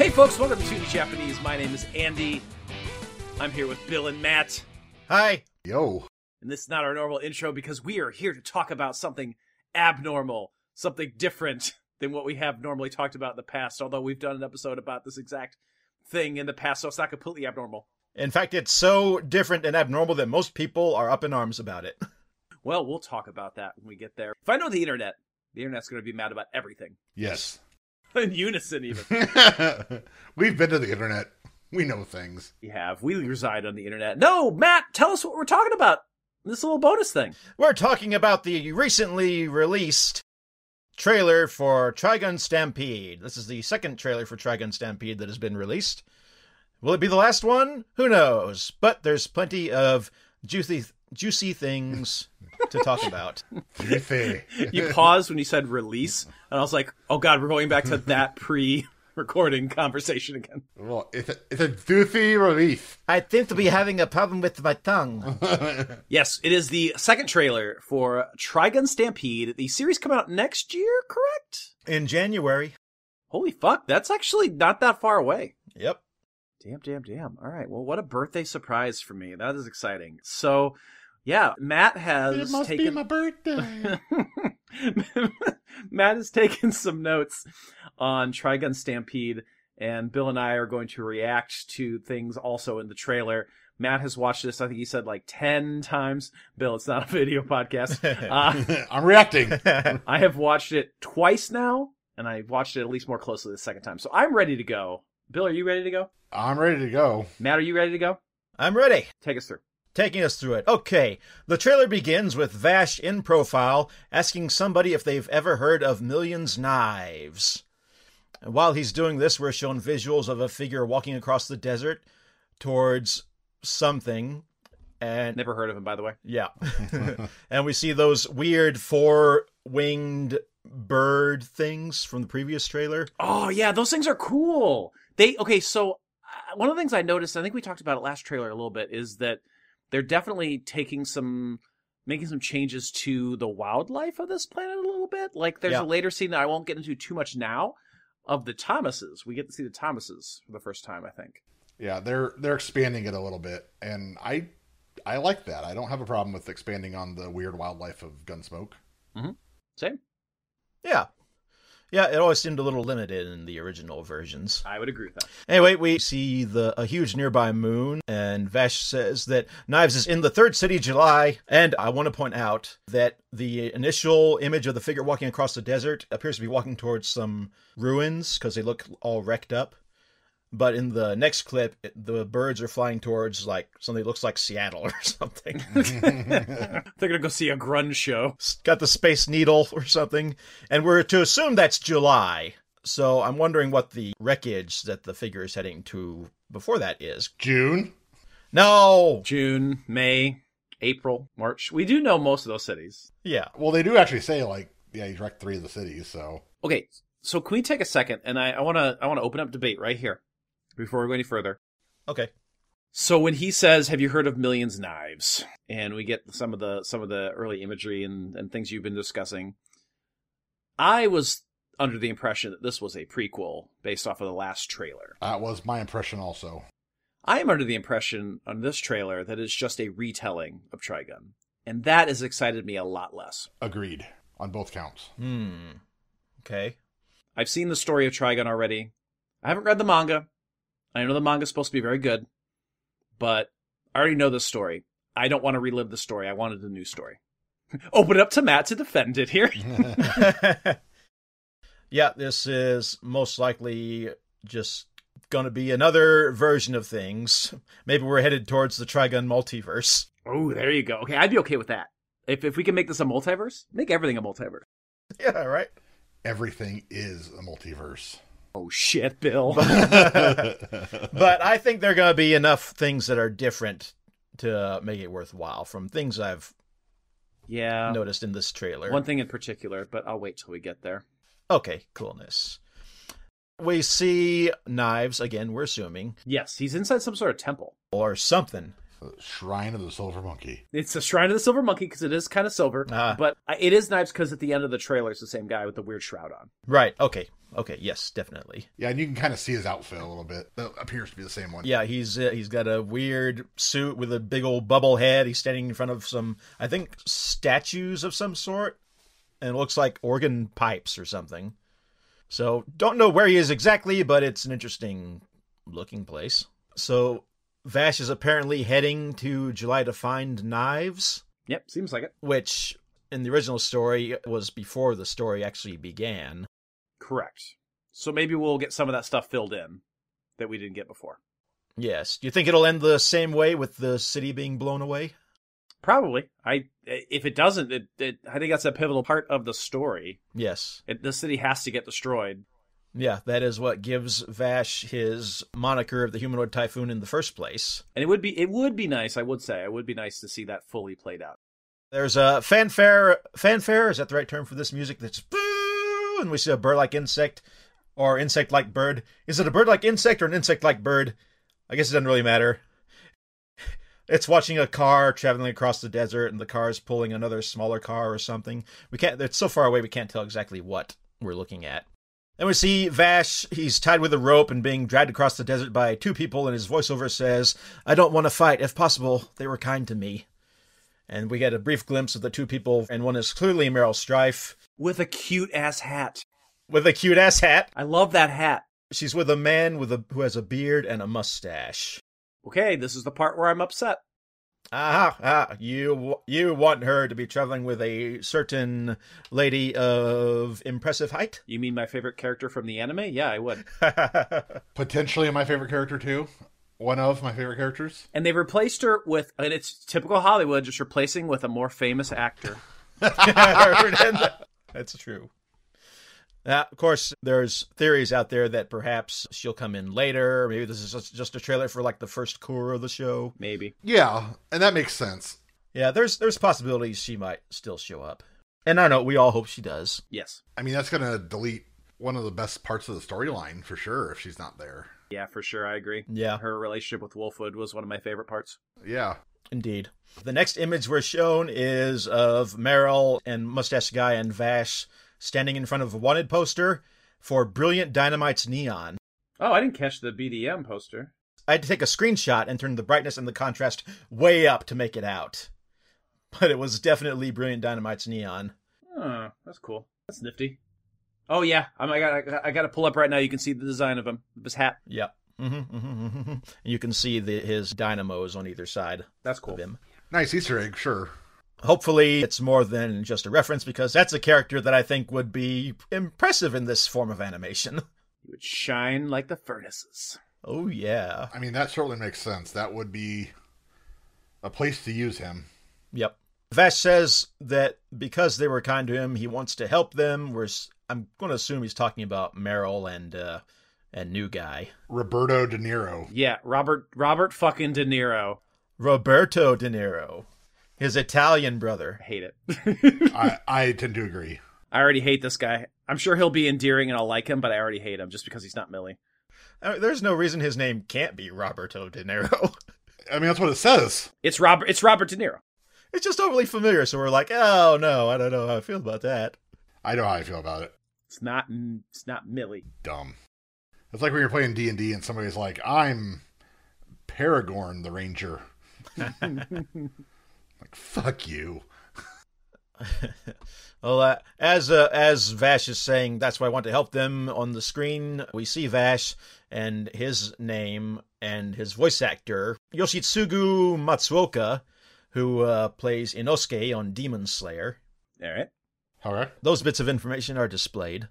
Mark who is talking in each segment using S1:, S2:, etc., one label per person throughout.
S1: Hey, folks, welcome to Tootie Japanese. My name is Andy. I'm here with Bill and Matt.
S2: Hi.
S3: Yo.
S1: And this is not our normal intro because we are here to talk about something abnormal, something different than what we have normally talked about in the past, although we've done an episode about this exact thing in the past, so it's not completely abnormal.
S2: In fact, it's so different and abnormal that most people are up in arms about it.
S1: Well, we'll talk about that when we get there. If I know the internet, the internet's going to be mad about everything,
S3: Yes.
S1: in unison, even.
S3: We've been to the internet. We know things.
S1: we have. We reside on the internet. No, Matt, tell us what we're talking about. This little bonus thing.
S2: We're talking about the recently released trailer for Trigun Stampede. This is the second trailer for Trigun Stampede that has been released. Will it be the last one? Who knows? But there's plenty of juicy juicy things to talk about.
S3: Juicy.
S1: you paused when you said release, and I was like, "Oh God, we're going back to that pre-recording conversation again."
S3: well, it's a, it's a juicy release.
S2: I think to be having a problem with my tongue.
S1: Yes, it is the second trailer for Trigun Stampede. The series come out next year, correct?
S2: In January.
S1: Holy fuck, that's actually not that far away.
S2: Yep.
S1: Damn, damn, damn. All right, well, what a birthday surprise for me. That is exciting. So, yeah, Matt has
S3: It must
S1: taken
S3: be my birthday.
S1: Matt has taken some notes on Trigun Stampede, and Bill and I are going to react to things also in the trailer. Matt has watched this, I think he said like 10 times. Bill, it's not a video podcast. Uh,
S3: I'm reacting.
S1: I have watched it twice now, and I've watched it at least more closely the second time. So I'm ready to go. Bill, are you ready to go?
S3: I'm ready to go.
S1: Matt, are you ready to go?
S2: I'm ready.
S1: Take us through.
S2: taking us through it. Okay, the trailer begins with Vash in profile asking somebody if they've ever heard of Millions Knives. And while he's doing this, we're shown visuals of a figure walking across the desert towards something. And
S1: Never heard of him, by the way.
S2: yeah. and we see those weird four winged bird things from the previous trailer.
S1: Oh yeah, those things are cool. They okay. So uh, one of the things I noticed, I think we talked about it last trailer a little bit, is that they're definitely taking some, making some changes to the wildlife of this planet a little bit. Like there's a
S2: Yeah.
S1: later scene that I won't get into too much now of the Thomases. We get to see the Thomases for the first time, I think.
S3: Yeah, they're they're expanding it a little bit, and I I like that. I don't have a problem with expanding on the weird wildlife of Gunsmoke.
S1: Same.
S2: Yeah. Yeah, it always seemed a little limited in the original versions.
S1: I would agree with that.
S2: Anyway, we see the a huge nearby moon, and Vesh says that Knives is in the third city, July. And I want to point out that the initial image of the figure walking across the desert appears to be walking towards some ruins because they look all wrecked up. But in the next clip, it- the birds are flying towards like something that looks like Seattle or something.
S1: They're gonna go see a grunge show.
S2: It's Got the Space Needle or something, and we're to assume that's July. So I'm wondering what the wreckage that the figure is heading to before that is.
S3: June.
S2: No.
S1: June, May, April, March. We do know most of those cities.
S2: Yeah.
S3: Well, they do actually say like, yeah, he's wrecked three of the cities. So
S1: Okay, so can we take a second and I I want to I want to open up debate right here before we go any further.
S2: Okay.
S1: So when he says, "Have you heard of Millions Knives?" and we get some of the some of the early imagery and and things you've been discussing, I was under the impression that this was a prequel based off of the last trailer.
S3: that was my impression also.
S1: I am under the impression on this trailer that it's just a retelling of Trigun, and that has excited me a lot less.
S3: Agreed on both counts.
S2: Hmm. Okay.
S1: I've seen the story of Trigun already. I haven't read the manga. I know the manga's supposed to be very good, but I already know this story. I don't want to relive the story. I wanted a new story. Open it up to Matt to defend it here.
S2: yeah, this is most likely just going to be another version of things. Maybe we're headed towards the Trigun multiverse.
S1: Oh, there you go. Okay, I'd be okay with that. If if we can make this a multiverse, make everything a multiverse.
S2: Yeah, right.
S3: Everything is a multiverse.
S1: Oh shit, Bill.
S2: But I think there are going to be enough things that are different to make it worthwhile from things I've
S1: yeah.
S2: noticed in this trailer.
S1: One thing in particular, but I'll wait till we get there.
S2: Okay, coolness. We see knives again, we're assuming,
S1: Yes, he's inside some sort of temple.
S2: or something.
S3: Shrine of the Silver Monkey.
S1: It's a Shrine of the Silver Monkey because it is kind of silver,
S2: Ah.
S1: but I- it is Knives because at the end of the trailer, it's the same guy with the weird shroud on.
S2: Right. Okay. Okay. Yes, definitely.
S3: Yeah, and you can kind of see his outfit a little bit. That appears to be the same one.
S2: Yeah, he's uh, he's got a weird suit with a big old bubble head. He's standing in front of some, I think, statues of some sort, and it looks like organ pipes or something. So don't know where he is exactly, but it's an interesting looking place. So Vash is apparently heading to July to find knives,
S1: Yep, seems like it.
S2: which in the original story was before the story actually began.
S1: Correct. So maybe we'll get some of that stuff filled in that we didn't get before.
S2: Yes. Do you think it'll end the same way with the city being blown away?
S1: Probably. I if it doesn't, it, it I think that's a pivotal part of the story.
S2: Yes.
S1: It, the city has to get destroyed.
S2: Yeah, that is what gives Vash his moniker of the humanoid typhoon in the first place.
S1: And it would be it would be nice, I would say, it would be nice to see that fully played out.
S2: There's a fanfare. Fanfare is that the right term for this music? That's boo, and we see a bird-like insect, or insect-like bird. Is it a bird-like insect or an insect-like bird? I guess it doesn't really matter. It's watching a car traveling across the desert, and the car is pulling another smaller car or something. We can't. It's so far away we can't tell exactly what we're looking at. And we see Vash, he's tied with a rope and being dragged across the desert by two people, and his voiceover says, I don't want to fight. If possible, they were kind to me. And we get a brief glimpse of the two people, and one is clearly Meryl Streif
S1: With a cute ass hat.
S2: with a cute ass hat.
S1: I love that hat.
S2: She's with a man with a who has a beard and a mustache.
S1: Okay, this is the part where I'm upset.
S2: Aha! Ah, you w- you want her to be traveling with a certain lady of impressive height?
S1: You mean my favorite character from the anime? Yeah, I would.
S3: Potentially my favorite character, too. One of my favorite characters.
S1: And they replaced her with and it's typical Hollywood just replacing with a more famous actor.
S2: That's true. Now, of course, there's theories out there that perhaps she'll come in later. Maybe this is just- just a trailer for like the first core of the show.
S1: Maybe.
S3: Yeah, and that makes sense.
S2: Yeah, there's there's possibilities she might still show up, and I know we all hope she does.
S1: Yes.
S3: I mean, that's going to delete one of the best parts of the storyline for sure if she's not there.
S1: Yeah, for sure, I agree.
S2: Yeah,
S1: Her relationship with Wolfwood was one of my favorite parts.
S3: Yeah.
S2: indeed. The next image we're shown is of Meryl and Mustache Guy and Vash standing in front of a wanted poster for Brilliant Dynamite's Neon.
S1: Oh, I didn't catch the BDM poster.
S2: I had to take a screenshot and turn the brightness and the contrast way up to make it out. But it was definitely Brilliant Dynamite's neon.
S1: Oh, that's cool. That's nifty. Oh yeah, I'm, I got I got- I got to pull up right now. You can see the design of him, of his hat.
S2: Yep. Mm-hmm, mm-hmm, mm-hmm. You can see the, his dynamos on either side
S1: That's cool.
S2: of him.
S3: Nice Easter egg, sure.
S2: Hopefully, it's more than just a reference because that's a character that I think would be impressive in this form of animation.
S1: He would shine like the furnaces.
S2: Oh, yeah.
S3: I mean, that certainly makes sense. That would be a place to use him.
S2: Yep. Vash says that because they were kind to him, he wants to help them. We're, s- I'm going to assume he's talking about Meryl and uh, and new guy.
S3: Roberto De Niro.
S1: Yeah, Robert Robert fucking De Niro.
S2: Roberto De Niro, his Italian brother.
S1: I hate it.
S3: I, I tend to agree.
S1: I already hate this guy. I'm sure he'll be endearing and I'll like him, but I already hate him just because he's not Millie.
S2: I mean, there's no reason his name can't be Roberto De Niro.
S3: I mean, that's what it says.
S1: It's Robert. It's Robert De Niro.
S2: It's just overly familiar, so we're like, oh no, I don't know how I feel about that.
S3: I know how I feel about it.
S1: It's not. It's not Millie.
S3: Dumb. It's like when you're playing D and D and somebody's like, "I'm Paragorn the Ranger." like, fuck you.
S2: Well, uh, as uh, as Vash is saying, that's why I want to help them. On the screen, we see Vash and his name and his voice actor Yoshitsugu Matsuoka, who uh, plays Inosuke on Demon Slayer.
S1: All right.
S3: All right.
S2: Those bits of information are displayed.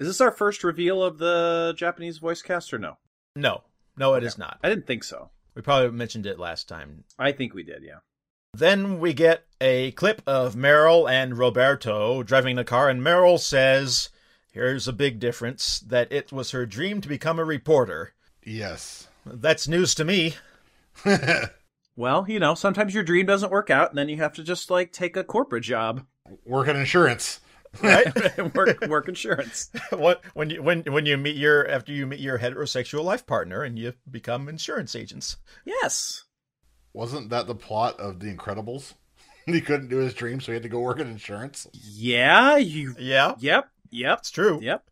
S1: Is this our first reveal of the Japanese voice cast or no?
S2: No, no, it is not.
S1: I didn't think so.
S2: We probably mentioned it last time.
S1: I think we did. Yeah.
S2: Then we get a clip of Meryl and Roberto driving the car, and Meryl says, Here's a big difference that it was her dream to become a reporter.
S3: Yes.
S2: That's news to me.
S1: Well, you know, sometimes your dream doesn't work out, and then you have to just like take a corporate job
S3: Work at insurance.
S2: Right?
S1: and work work insurance.
S2: what when you when when you meet your after you meet your heterosexual life partner and you become insurance agents.
S1: Yes,
S3: Wasn't that the plot of The Incredibles? he couldn't do his dream, so he had to go work in insurance.
S1: Yeah, you.
S2: Yeah,
S1: Yep, yep,
S2: it's true.
S1: yep.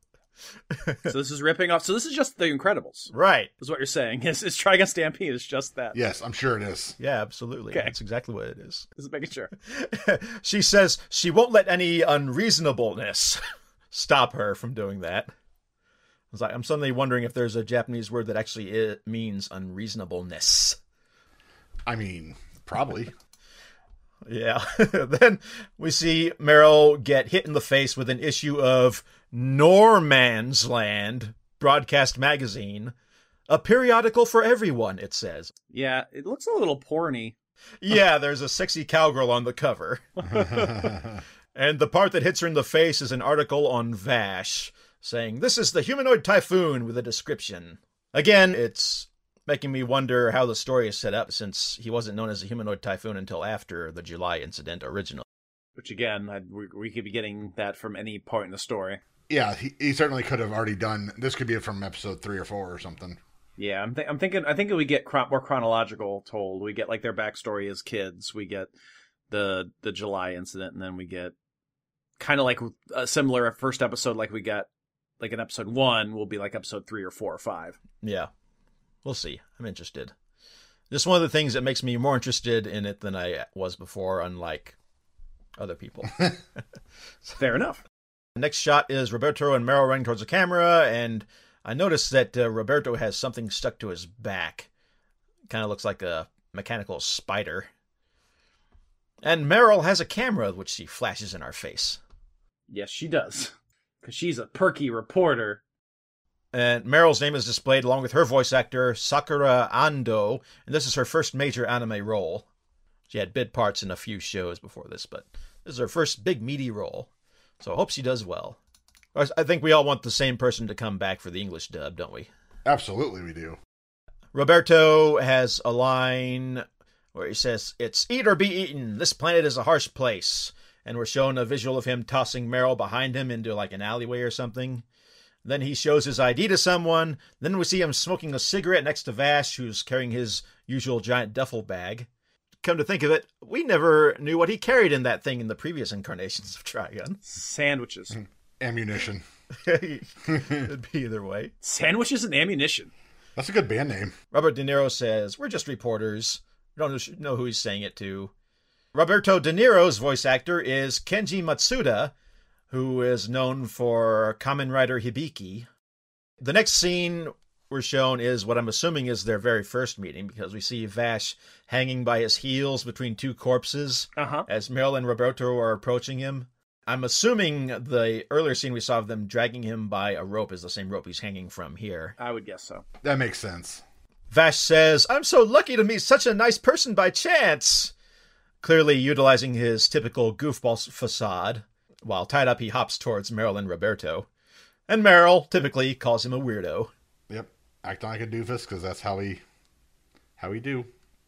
S1: so this is ripping off. So this is just The Incredibles.
S2: Right.
S1: Is what you're saying? Is is Trigon Stampede is just that?
S3: Yes, I'm sure it is.
S2: Yeah, absolutely.
S1: Okay.
S2: That's exactly what it is.
S1: Just making sure.
S2: she says she won't let any unreasonableness stop her from doing that. I was like, I'm suddenly wondering if there's a Japanese word that actually i means unreasonableness.
S3: I mean, probably.
S2: Yeah. then we see Meryl get hit in the face with an issue of Norman's Land broadcast magazine, a periodical for everyone, it says.
S1: Yeah, it looks a little porny.
S2: Yeah, there's a sexy cowgirl on the cover. And the part that hits her in the face is an article on Vash saying, This is the humanoid typhoon with a description. Again, it's making me wonder how the story is set up since he wasn't known as a humanoid typhoon until after the July incident originally.
S1: Which again, I, we, we could be getting that from any part in the story.
S3: yeah, he, he certainly could have already done. This could be from episode three or four or something.
S1: Yeah, I'm, th- I'm thinking. I think we get chron- more chronological told. We get like their backstory as kids. We get the the July incident, and then we get kind of like a similar first episode, like we got like in episode one, will be like episode three or four or five.
S2: Yeah. We'll see. I'm interested. Just one of the things that makes me more interested in it than I was before, unlike other people.
S1: Fair enough.
S2: Next shot is Roberto and Meryl running towards the camera, and I notice that uh, Roberto has something stuck to his back. Kind of looks like a mechanical spider. And Meryl has a camera which she flashes in our face.
S1: Yes, she does, because she's a perky reporter.
S2: And Meryl's name is displayed along with her voice actor, Sakura Ando, and this is her first major anime role. She had bit parts in a few shows before this, but this is her first big meaty role. So I hope she does well. I I think we all want the same person to come back for the English dub, don't we?
S3: Absolutely, we do.
S2: Roberto has a line where he says, It's eat or be eaten. This planet is a harsh place. And we're shown a visual of him tossing Meryl behind him into like an alleyway or something. Then he shows his ID to someone. Then we see him smoking a cigarette next to Vash, who's carrying his usual giant duffel bag. Come to think of it, we never knew what he carried in that thing in the previous incarnations of Trigun.
S1: Sandwiches,
S3: Ammunition.
S2: It'd be either way.
S1: sandwiches, and ammunition.
S3: That's a good band name.
S2: Robert De Niro says, We're just reporters. We don't know who he's saying it to. Roberto De Niro's voice actor is Kenji Matsuda, who is known for Kamen Rider Hibiki. The next scene we're shown is what I'm assuming is their very first meeting because we see Vash hanging by his heels between two corpses
S1: Uh huh.
S2: as Meryl and Roberto are approaching him. I'm assuming the earlier scene we saw of them dragging him by a rope is the same rope he's hanging from here.
S1: I would guess so.
S3: That makes sense.
S2: Vash says, I'm so lucky to meet such a nice person by chance. Clearly utilizing his typical goofball s- facade. While tied up, he hops towards Meryl and Roberto. And Meryl typically calls him a weirdo.
S3: Yep. Acting like a doofus because that's how we, how we do.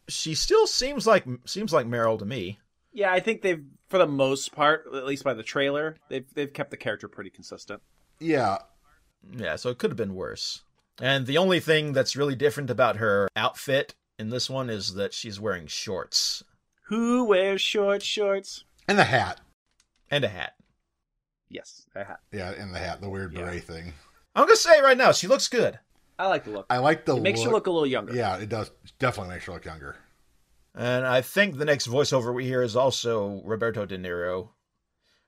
S2: She still seems like seems like Meryl to me.
S1: Yeah, I think they've, for the most part, at least by the trailer, they've they've kept the character pretty consistent.
S3: Yeah.
S2: Yeah, so it could have been worse. And the only thing that's really different about her outfit in this one is that she's wearing shorts
S1: Who wears short shorts?
S3: And the hat.
S2: and a hat.
S1: Yes, I ha-
S3: Yeah, and the hat. The weird
S1: Yeah.
S3: beret thing.
S2: I'm gonna say right now, she looks good.
S1: I like the look.
S3: I like the
S1: it makes you look a little younger.
S3: Yeah, it does. Definitely makes you look younger.
S2: And I think the next voiceover we hear is also Roberto De Niro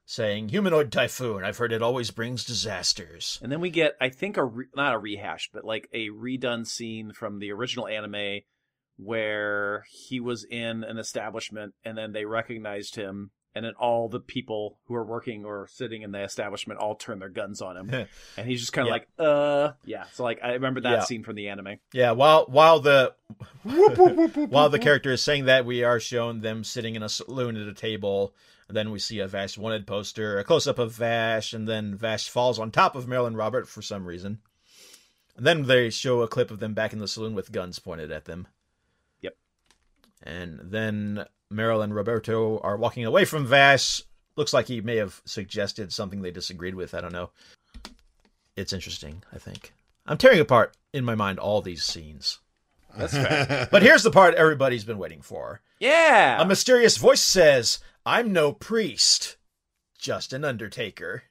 S2: saying, Humanoid typhoon, I've heard it always brings disasters.
S1: And then we get, I think, a re- not a rehash, but like a redone scene from the original anime where he was in an establishment and then they recognized him. And then all the people who are working or sitting in the establishment all turn their guns on him, and he's just kind of
S2: Yeah.
S1: like, "Uh, yeah." So like, I remember that
S2: Yeah.
S1: scene from the anime.
S2: Yeah, while while the
S3: Whoop, whoop, whoop, whoop,
S2: while
S3: whoop,
S2: the
S3: whoop.
S2: character is saying that, we are shown them sitting in a saloon at a table. And then we see a Vash wanted poster, a close up of Vash, and then Vash falls on top of Marilyn Robert for some reason. And then they show a clip of them back in the saloon with guns pointed at them.
S1: Yep.
S2: And then Meryl and Roberto are walking away from Vash. Looks like he may have suggested something they disagreed with. I don't know. It's interesting, I think. I'm tearing apart in my mind all these scenes.
S1: That's fair.
S2: But here's the part everybody's been waiting for.
S1: Yeah.
S2: A mysterious voice says, I'm no priest, just an undertaker.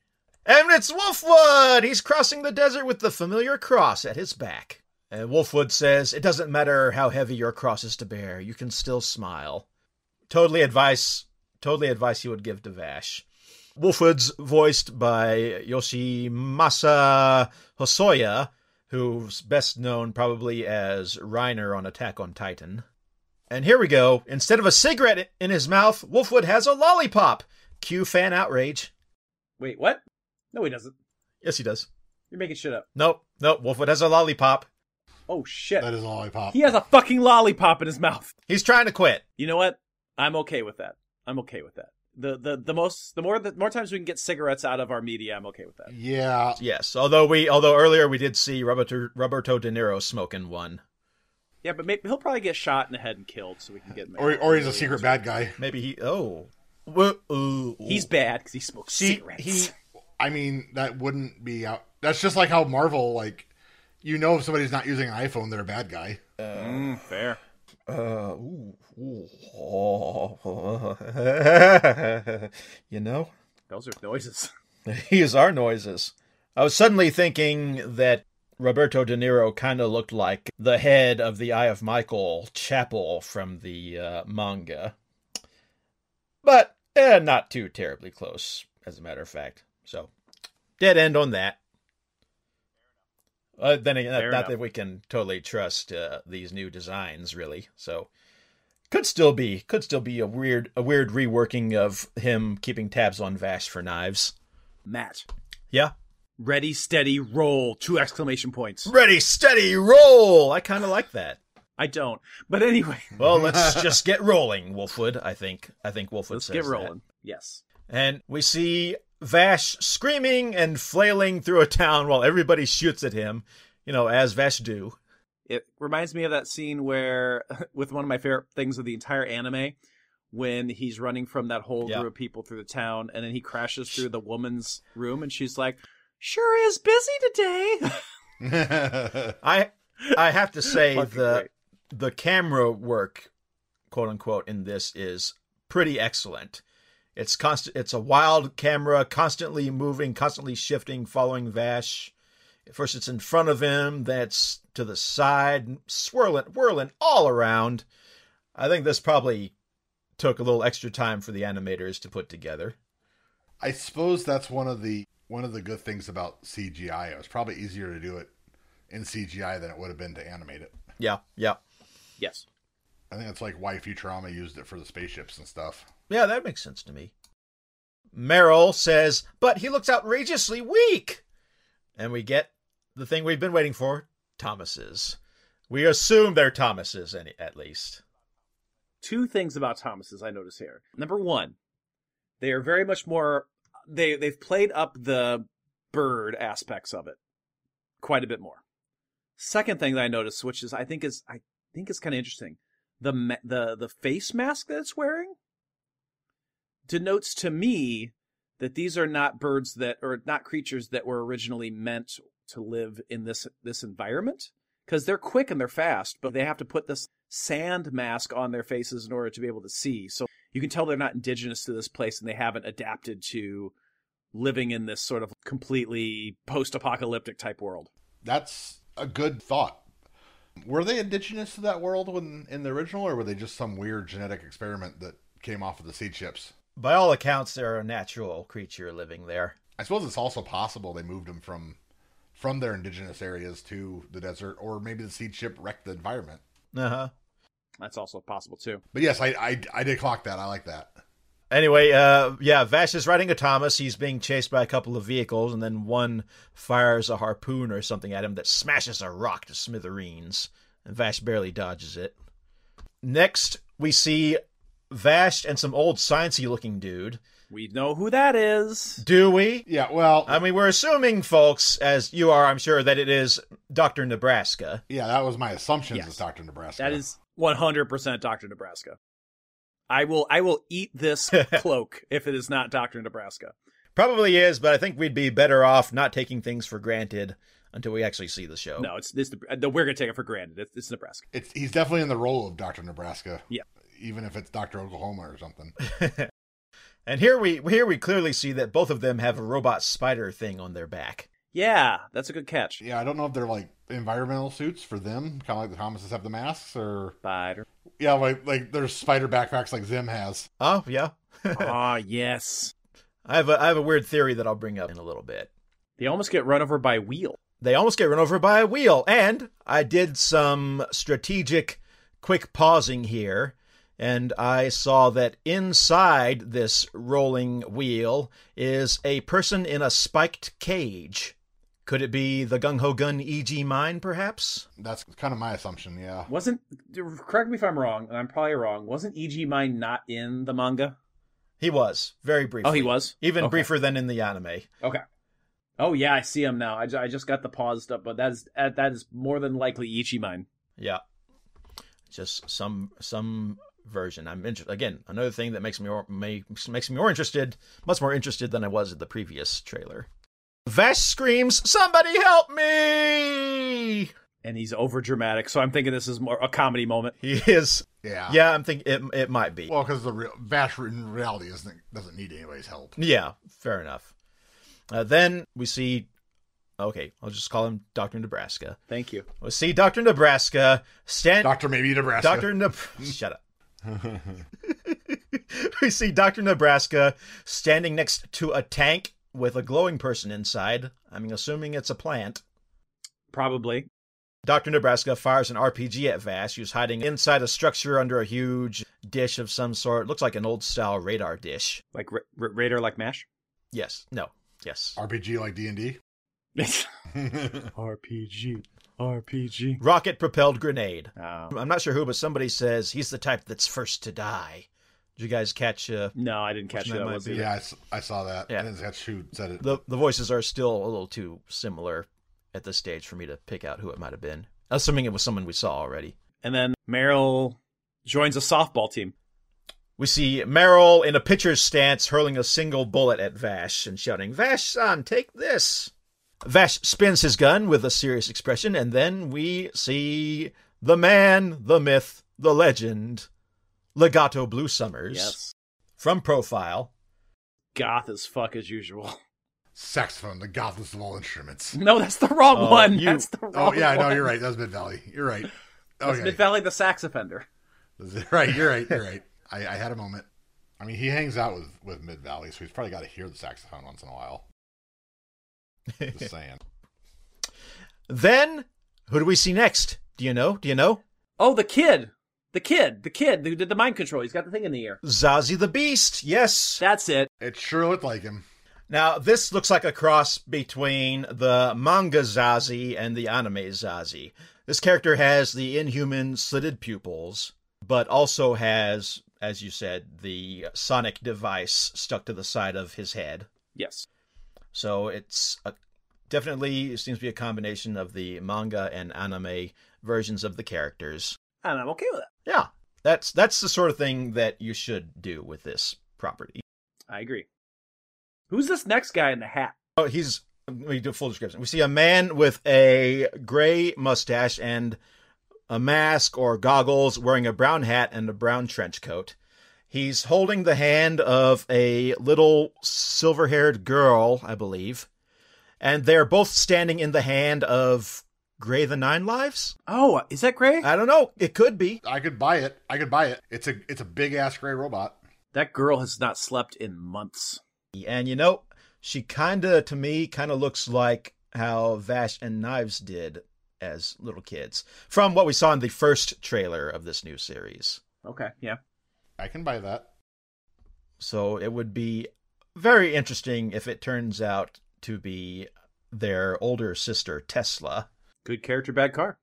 S2: And it's Wolfwood! He's crossing the desert with the familiar cross at his back. And Wolfwood says, It doesn't matter how heavy your cross is to bear, you can still smile. Totally advice, totally advice he would give to Vash. Wolfwood's voiced by Yoshimasa Hosoya, who's best known probably as Reiner on Attack on Titan. And here we go. Instead of a cigarette in his mouth, Wolfwood has a lollipop. Cue fan outrage.
S1: Wait, what? No, he doesn't.
S2: Yes, he does.
S1: You're making shit up.
S2: Nope, nope. Wolfwood has a lollipop.
S1: Oh shit.
S3: that is a lollipop.
S1: He has a fucking lollipop in his mouth.
S2: He's trying to quit.
S1: You know what? I'm okay with that. I'm okay with that. The the the most the more the more times we can get cigarettes out of our media, I'm okay with that.
S3: Yeah,
S2: Yes, although we, although earlier we did see Roberto, Roberto De Niro smoking one.
S1: Yeah, but maybe, he'll probably get shot in the head and killed, so we can get him.
S3: or or he's a secret bad guy.
S2: Maybe he. Oh, Wha- ooh, ooh.
S1: He's bad because he smokes
S3: See,
S1: cigarettes.
S3: he. I mean, that wouldn't be out. That's just like how Marvel, like, you know, if somebody's not using an iPhone, they're a bad guy.
S1: Mm, fair.
S2: Uh, ooh, ooh, you know,
S1: Those are noises.
S2: these are noises. I was suddenly thinking that Roberto De Niro kind of looked like the head of the Eye of Michael chapel from the uh, manga, but eh, not too terribly close, as a matter of fact. So, dead end on that. Uh, then again,
S1: Fair
S2: not, not
S1: enough.
S2: that we can totally trust uh, these new designs, really. So, could still be could still be a weird a weird reworking of him keeping tabs on Vash for knives.
S1: Matt,
S2: Yeah.
S1: ready, steady, roll! Two exclamation points.
S2: Ready, steady, roll. I kind of like that.
S1: I don't. But anyway,
S2: Well, let's just get rolling, Wolfwood. I think. I think Wolfwood
S1: let's
S2: says
S1: get
S2: that.
S1: rolling. Yes.
S2: And we see Vash screaming and flailing through a town while everybody shoots at him. You know, as Vash do.
S1: It reminds me of that scene where, with one of my favorite things of the entire anime, when he's running from that whole
S2: Yeah.
S1: group of people through the town, and then he crashes through the woman's room, and she's like, "Sure is busy today."
S2: I I have to say
S1: Fucking
S2: the
S1: great.
S2: the camera work, quote unquote, in this is pretty excellent. It's constant. It's a wild camera, constantly moving, constantly shifting, following Vash. At first, it's in front of him. Then it's to the side, swirling, whirling all around. I think this probably took a little extra time for the animators to put together.
S3: I suppose that's one of the one of the good things about CGI. It was probably easier to do it in CGI than it would have been to animate it.
S2: Yeah, yeah,
S1: yes.
S3: I think that's like why Futurama used it for the spaceships and stuff.
S2: yeah. That makes sense to me. Meryl says, "But he looks outrageously weak," and we get the thing we've been waiting for: Thomas's. We assume they're Thomas's, any at least.
S1: two things about Thomas's I notice here. Number one, they are very much more they they've played up the bird aspects of it quite a bit more. Second thing that I noticed, which is I think is I think is kind of interesting, the ma- the the face mask that it's wearing denotes to me that these are not birds that or not creatures that were originally meant to live in this this environment because they're quick and they're fast, but they have to put this sand mask on their faces in order to be able to see. So you can tell they're not indigenous to this place and they haven't adapted to living in this sort of completely post-apocalyptic type world.
S3: That's a good thought. Were they indigenous to that world when in the original, or were they just some weird genetic experiment that came off of the seed ships?
S2: By all accounts, they're a natural creature living there.
S3: I suppose it's also possible they moved them from from their indigenous areas to the desert, or maybe the seed ship wrecked the environment.
S2: Uh huh.
S1: That's also possible too.
S3: But yes, I I, I did clock that. I like that.
S2: Anyway, uh, yeah, Vash is riding a Thomas. He's being chased by a couple of vehicles, and then one fires a harpoon or something at him that smashes a rock to smithereens, and Vash barely dodges it. Next, we see Vash and some old sciencey-looking dude.
S1: We know who that is.
S2: Do we?
S3: Yeah. Well,
S2: I mean, we're assuming, folks, as you are, I'm sure, that it is Doctor Nebraska.
S3: yeah, that was my assumption.
S1: Yes.
S3: Is Doctor Nebraska?
S1: That is 100% Dr. Nebraska. I will I will eat this cloak if it is not Dr. Nebraska.
S2: Probably is, but I think we'd be better off not taking things for granted until we actually see the show.
S1: No, it's this. The, we're gonna take it for granted. It's, it's Nebraska.
S3: It's he's definitely in the role of Doctor Nebraska.
S1: Yeah.
S3: Even if it's Doctor Oklahoma or something.
S2: And here we here we clearly see that both of them have a robot spider thing on their back.
S1: Yeah, that's a good catch.
S3: yeah, I don't know if they're like environmental suits for them, kind of like the Thomases have the masks, or
S1: Spider.
S3: yeah, like like there's spider backpacks like Zim has.
S2: Oh yeah,
S1: Ah, yes.
S2: I have a I have a weird theory that I'll bring up in a little bit.
S1: They almost get run over by wheel.
S2: They almost get run over by a wheel, and I did some strategic quick pausing here, and I saw that inside this rolling wheel is a person in a spiked cage. Could it be the Gung Ho Gun EG Mine, perhaps?
S3: That's kind of my assumption. Yeah,
S1: Wasn't correct me if I'm wrong, and I'm probably wrong. Wasn't E.G. Mine not in the manga?
S2: He was very briefly.
S1: Oh, he was
S2: even
S1: Okay.
S2: briefer than in the anime.
S1: Oh yeah, I see him now. I, ju- I just got the paused up, but that's that that is more than likely Ichi mine.
S2: Yeah. Just some some version. I'm interested again. Another thing that makes me or- makes makes me more interested, much more interested than I was at the previous trailer. Vash screams, "Somebody help me!"
S1: and he's over dramatic. So I'm thinking this is more a comedy moment.
S2: He is.
S3: yeah,
S2: Yeah, I'm thinking it. It might be.
S3: Well, because the real Vash in reality isn't doesn't need anybody's help.
S2: Yeah, fair enough. Uh, then we see. Okay, I'll just call him Doctor Nebraska.
S1: Thank you.
S2: We see Doctor Nebraska stand.
S3: Doctor maybe Nebraska.
S2: Doctor Neb- Shut up. we see Doctor Nebraska standing next to a tank with a glowing person inside. I'm assuming it's a plant.
S1: Probably.
S2: Doctor Nebraska fires an RPG at Vash, who's hiding inside a structure under a huge dish of some sort. Looks like an old style radar dish.
S1: Like ra- ra- Raider, like MASH?
S2: Yes. No. Yes.
S3: RPG like D and D.
S1: RPG. RPG.
S2: Rocket propelled grenade.
S1: Oh.
S2: I'm not sure who, but somebody says he's the type that's first to die. Did you guys catch uh,
S1: No, I didn't catch
S2: Which
S1: that.
S2: that might
S1: Was
S2: be-
S1: it?
S3: Yeah, I, s- I saw that.
S2: Yeah.
S3: I think that's who said it.
S2: the the voices are still a little too similar at this stage for me to pick out who it might have been. Assuming it was someone we saw already.
S1: And then Meryl joins a softball team.
S2: We see Merrill in a pitcher's stance hurling a single bullet at Vash and shouting, Vash, son, take this! Vash spins his gun with a serious expression, and then we see the man, the myth, the legend, Legato Blue Summers
S1: Yes.
S2: from Profile.
S1: Goth as fuck as usual.
S3: Saxophone, the godless of all instruments.
S1: No, that's the wrong
S2: Oh,
S1: one.
S2: you-
S1: That's the wrong
S3: Oh yeah,
S1: one.
S3: no, you're right. That's Mid Valley. You're right.
S1: That's
S3: Okay,
S1: Mid Valley the sax offender.
S3: right. You're right. You're right. I, I had a moment. I mean, he hangs out with with Mid Valley, so he's probably got to hear the saxophone once in a while. Just saying.
S2: Then, who do we see next? Do you know? Do you know?
S1: Oh, the kid. The kid. The kid who did the mind control. He's got the thing in the ear.
S2: Zazie the Beast, yes.
S1: That's it.
S3: It sure looked like him.
S2: Now, this looks like a cross between the manga Zazie and the anime Zazie. This character has the inhuman slitted pupils, but also has, as you said, the sonic device stuck to the side of his head.
S1: Yes.
S2: So it's a, definitely it seems to be a combination of the manga and anime versions of the characters.
S1: And I'm okay with that.
S2: Yeah, that's that's the sort of thing that you should do with this property.
S1: I agree. Who's this next guy in the hat?
S2: Oh, he's. We do a full description. We see a man with a gray mustache and a mask or goggles, wearing a brown hat and a brown trench coat. He's holding the hand of a little silver haired girl, I believe. And they're both standing in the hand of Gray the Nine Lives?
S1: Oh, is that Gray?
S3: Uh,
S2: I don't know. It could be.
S3: I could buy it. I could buy it. It's a it's a big ass gray robot.
S1: That girl has not slept in months.
S2: And you know, she kind of, to me, kind of looks like how Vash and Knives did as little kids from what we saw in the first trailer of this new series.
S1: Okay, yeah.
S3: I can buy that.
S2: So it would be very interesting if it turns out to be their older sister, Tesla.
S1: Good character, bad car.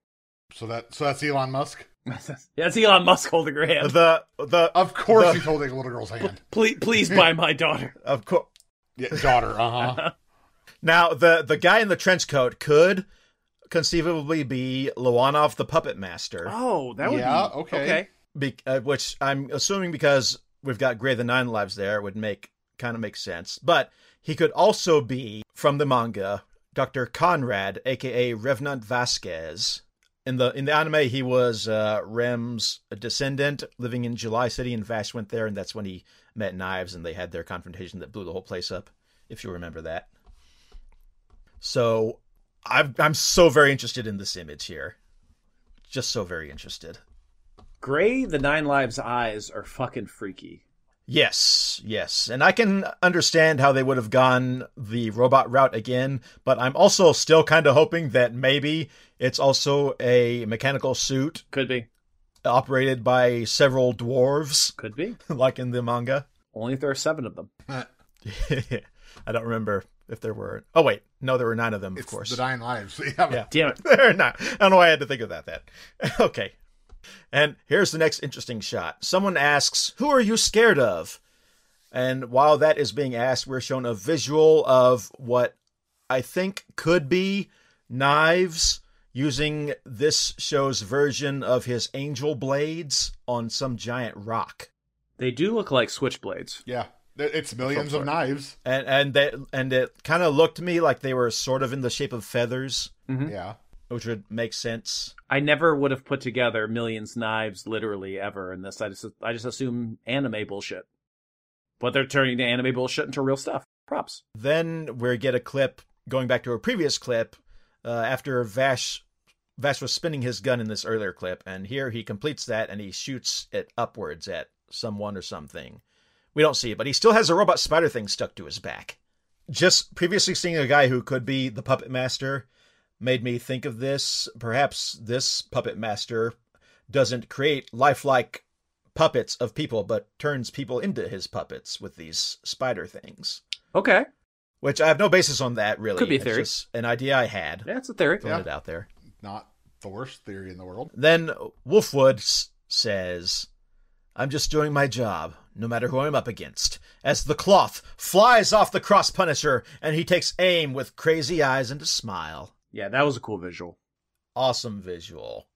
S3: So that so that's Elon Musk.
S1: That's Elon Musk holding her hand.
S2: The, the,
S3: Of course,
S2: The-
S3: he's holding a little girl's hand.
S1: please, please buy my daughter.
S2: of course.
S3: Yeah, daughter. Uh huh.
S2: Now, the, the guy in the trench coat could conceivably be Loanov the Puppet Master.
S1: Oh, that would
S3: Yeah,
S1: be
S3: okay.
S2: Be- uh, which I'm assuming because we've got Grey the Nine Lives there would make kind of make sense. But he could also be from the manga Dr. Conrad, aka Revenant Vasquez. In the in the anime, he was uh, Rem's descendant, living in July City, and Vash went there, and that's when he met Knives, and they had their confrontation that blew the whole place up. If you remember that. So, I've, I'm so very interested in this image here, just so very interested.
S1: Gray, the Nine Lives eyes are fucking freaky.
S2: Yes, yes. And I can understand how they would have gone the robot route again, but I'm also still kind of hoping that maybe it's also a mechanical suit
S1: Could be.
S2: operated by several dwarves,
S1: Could be.
S2: like in the manga.
S1: Only if there are seven of them.
S2: I don't remember if there were. Oh, wait. No, there were nine of them, of
S3: It's
S2: course.
S3: the Dying Lives. Yeah,
S2: Yeah.
S1: Damn it.
S2: They're not. I don't know why I had to think of that. That okay. And here's the next interesting shot. Someone asks, "Who are you scared of?" And while that is being asked, we're shown a visual of what I think could be knives using this show's version of his angel blades on some giant rock.
S1: They do look like switchblades.
S3: yeah. Th- It's millions
S1: Go for
S3: of
S1: it.
S3: knives.
S2: And and that and it kind of looked to me like they were sort of in the shape of feathers,
S1: Mhm.
S3: Yeah.
S2: which would make sense.
S1: I never would have put together millions knives literally ever in this. I just I just assume anime bullshit. But they're turning the anime bullshit into real stuff. Props.
S2: then we get a clip going back to a previous clip uh, after Vash Vash was spinning his gun in this earlier clip, and here he completes that and he shoots it upwards at someone or something. We don't see it, but he still has a robot spider thing stuck to his back. Just previously seeing a guy who could be the puppet master made me think of this. Perhaps this puppet master doesn't create lifelike puppets of people, but turns people into his puppets with these spider things
S1: Okay.
S2: which I have no basis on that really.
S1: Could be a
S2: It's
S1: theory.
S2: just an idea I had.
S1: That's a theory.
S2: Throwing
S3: Yeah.
S2: it out there.
S3: Not the worst theory in the world.
S2: Then Wolfwood s- says, "I'm just doing my job, no matter who I'm up against." As the cloth flies off the cross punisher, and he takes aim with crazy eyes and a smile.
S1: Yeah, that was a cool visual.
S2: Awesome visual.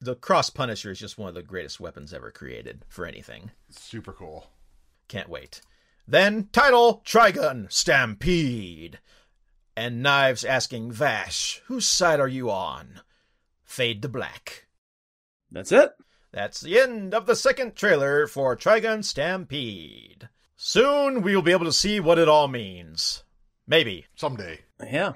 S2: The cross punisher is just one of the greatest weapons ever created for anything.
S3: Super cool.
S2: Can't wait. Then title Trigun Stampede. And Knives asking Vash, whose side are you on? Fade to black.
S1: That's it.
S2: That's the end of the second trailer for Trigun Stampede. Soon we'll be able to see what it all means. Maybe.
S3: Someday.
S1: Yeah.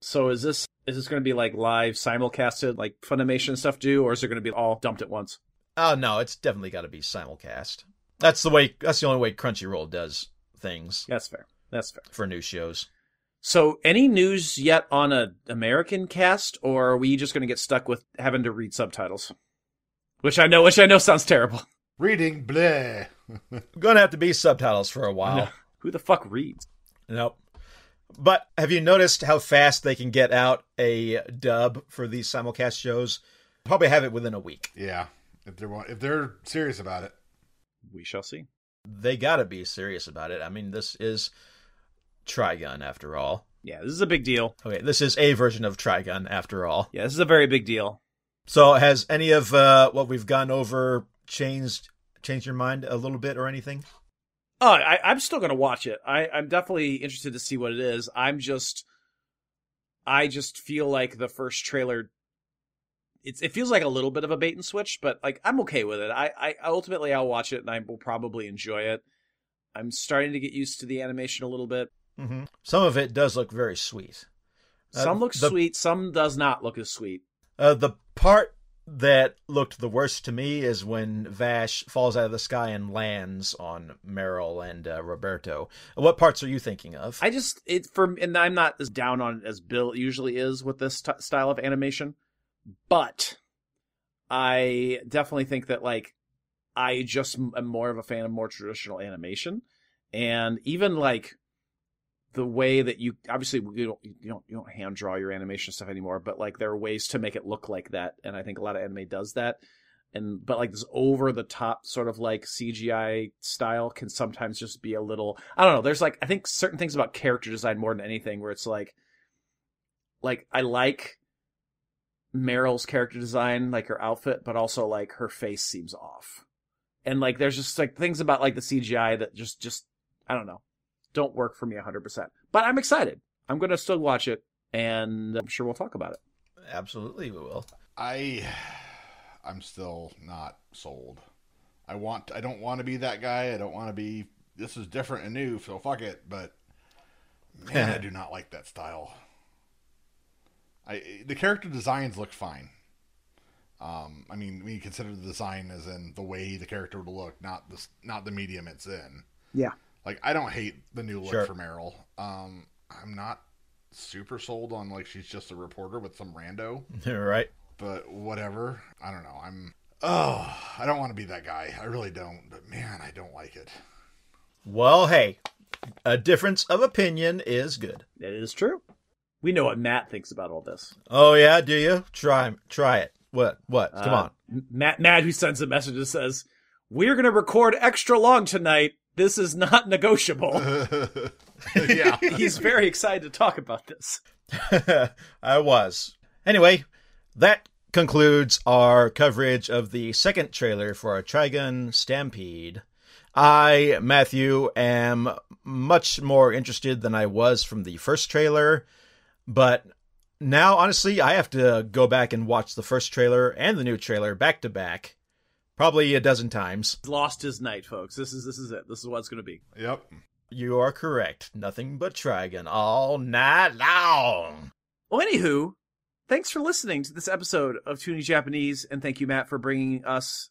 S1: So is this is this going to be like live simulcasted like Funimation stuff do or is it going to be all dumped at once?
S2: Oh no, it's definitely gotta be simulcast. That's the way that's the only way Crunchyroll does things
S1: That's fair. That's fair.
S2: for new shows.
S1: So any news yet on a American cast or are we just going to get stuck with having to read subtitles? Which I know which I know sounds terrible.
S3: Reading bleh.
S2: Gonna have to be subtitles for a while.
S1: No. Who the fuck reads?
S2: Nope. But have you noticed how fast they can get out a dub for these simulcast shows? Probably have it within a week.
S3: Yeah. If they're wa- if they're serious about it.
S1: We shall see.
S2: They got to be serious about it. I mean, this is Trigun after all.
S1: Yeah, this is a big deal.
S2: Okay, this is a version of Trigun after all.
S1: Yeah, this is a very big deal.
S2: So has any of uh, what we've gone over changed changed your mind a little bit or anything?
S1: Oh, I, I'm still gonna watch it. I, I'm definitely interested to see what it is. I'm just, I just feel like the first trailer, it's it feels like a little bit of a bait and switch, but like I'm okay with it. I, I ultimately I'll watch it and I will probably enjoy it. I'm starting to get used to the animation a little bit.
S2: Mm-hmm. Some of it does look very sweet. Uh,
S1: Some looks
S2: the-
S1: sweet, some does not look as sweet.
S2: Uh, the part that looked the worst to me is when Vash falls out of the sky and lands on Meryl and uh, Roberto. What parts are you thinking of?
S1: I just it for and I'm not as down on it as Bill usually is with this t- style of animation, but I definitely think that like I just m- am more of a fan of more traditional animation, and even like the way that you obviously you don't you don't you don't hand draw your animation stuff anymore, but like there are ways to make it look like that, and I think a lot of anime does that. And but like this over the top sort of like CGI style can sometimes just be a little I don't know. There's like I think certain things about character design more than anything where it's like like I like Meryl's character design, like her outfit, but also like her face seems off. And like there's just like things about like the CGI that just just I don't know. Don't work for me 100%. But I'm excited. I'm going to still watch it and I'm sure we'll talk about it.
S2: Absolutely, we will.
S3: I I'm still not sold. I want I don't want to be that guy. I don't want to be this is different and new, so fuck it, but man, I do not like that style. I the character designs look fine. Um, I mean, when you consider the design as in the way the character would look, not the not the medium it's in.
S1: Yeah.
S3: Like I don't hate the new look
S2: Sure.
S3: for Meryl. Um, I'm not super sold on like she's just a reporter with some rando
S2: All right.
S3: but whatever. I don't know. I'm oh, I don't want to be that guy. I really don't. But man, I don't like it.
S2: Well, hey, a difference of opinion is good.
S1: It is true. We know what Matt thinks about all this.
S2: Oh yeah, do you try try it? What what? Come
S1: Uh,
S2: on.
S1: M- Matt, Matt, who sends a message that says, "We're going to record extra long tonight. This is not negotiable."
S3: yeah.
S1: He's very excited to talk about this.
S2: I was. Anyway, that concludes our coverage of the second trailer for our Trigun Stampede. I, Matthew, am much more interested than I was from the first trailer, but now honestly, I have to go back and watch the first trailer and the new trailer back to back, probably a dozen times.
S1: He's lost his night, folks. This is this is it. This is what it's going to be.
S3: Yep.
S2: You are correct. Nothing but Trigun all night long.
S1: Well, anywho, thanks for listening to this episode of Tuning Japanese, and thank you, Matt, for bringing us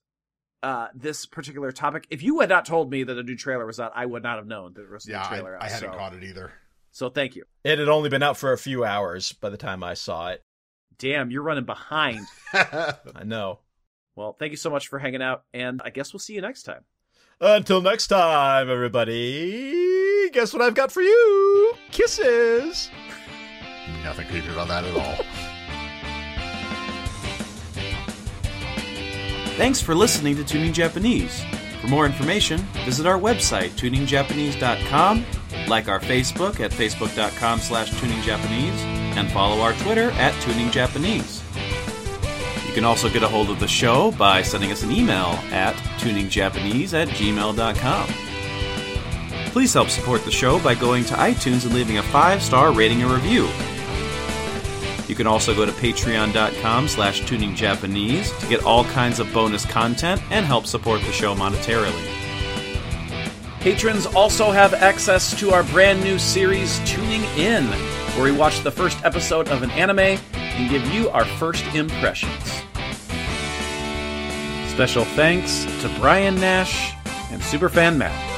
S1: uh, this particular topic. If you had not told me that a new trailer was out, I would not have known that there was a
S3: Yeah.
S1: new
S3: I,
S1: trailer out.
S3: I hadn't
S1: so,
S3: caught it either.
S1: so thank you.
S2: It had only been out for a few hours by the time I saw it.
S1: Damn, you're running behind.
S2: I know.
S1: well, thank you so much for hanging out, and I guess we'll see you next time.
S2: Until next time, everybody. Guess what I've got for you? Kisses.
S3: Nothing creepy about that at all.
S4: Thanks for listening to Tuning Japanese. For more information, visit our website, tuningjapanese.com, like our Facebook at facebook.com slash tuningjapanese, and follow our Twitter at tuningjapanese. You can also get a hold of the show by sending us an email at tuningjapanese at gmail.com. Please help support the show by going to iTunes and leaving a five-star rating and review. You can also go to patreon.com slash tuningjapanese to get all kinds of bonus content and help support the show monetarily.
S1: Patrons also have access to our brand new series, Tuning In, where we watch the first episode of an anime and give you our first impressions. Special thanks to Brian Nash and Superfan Matt.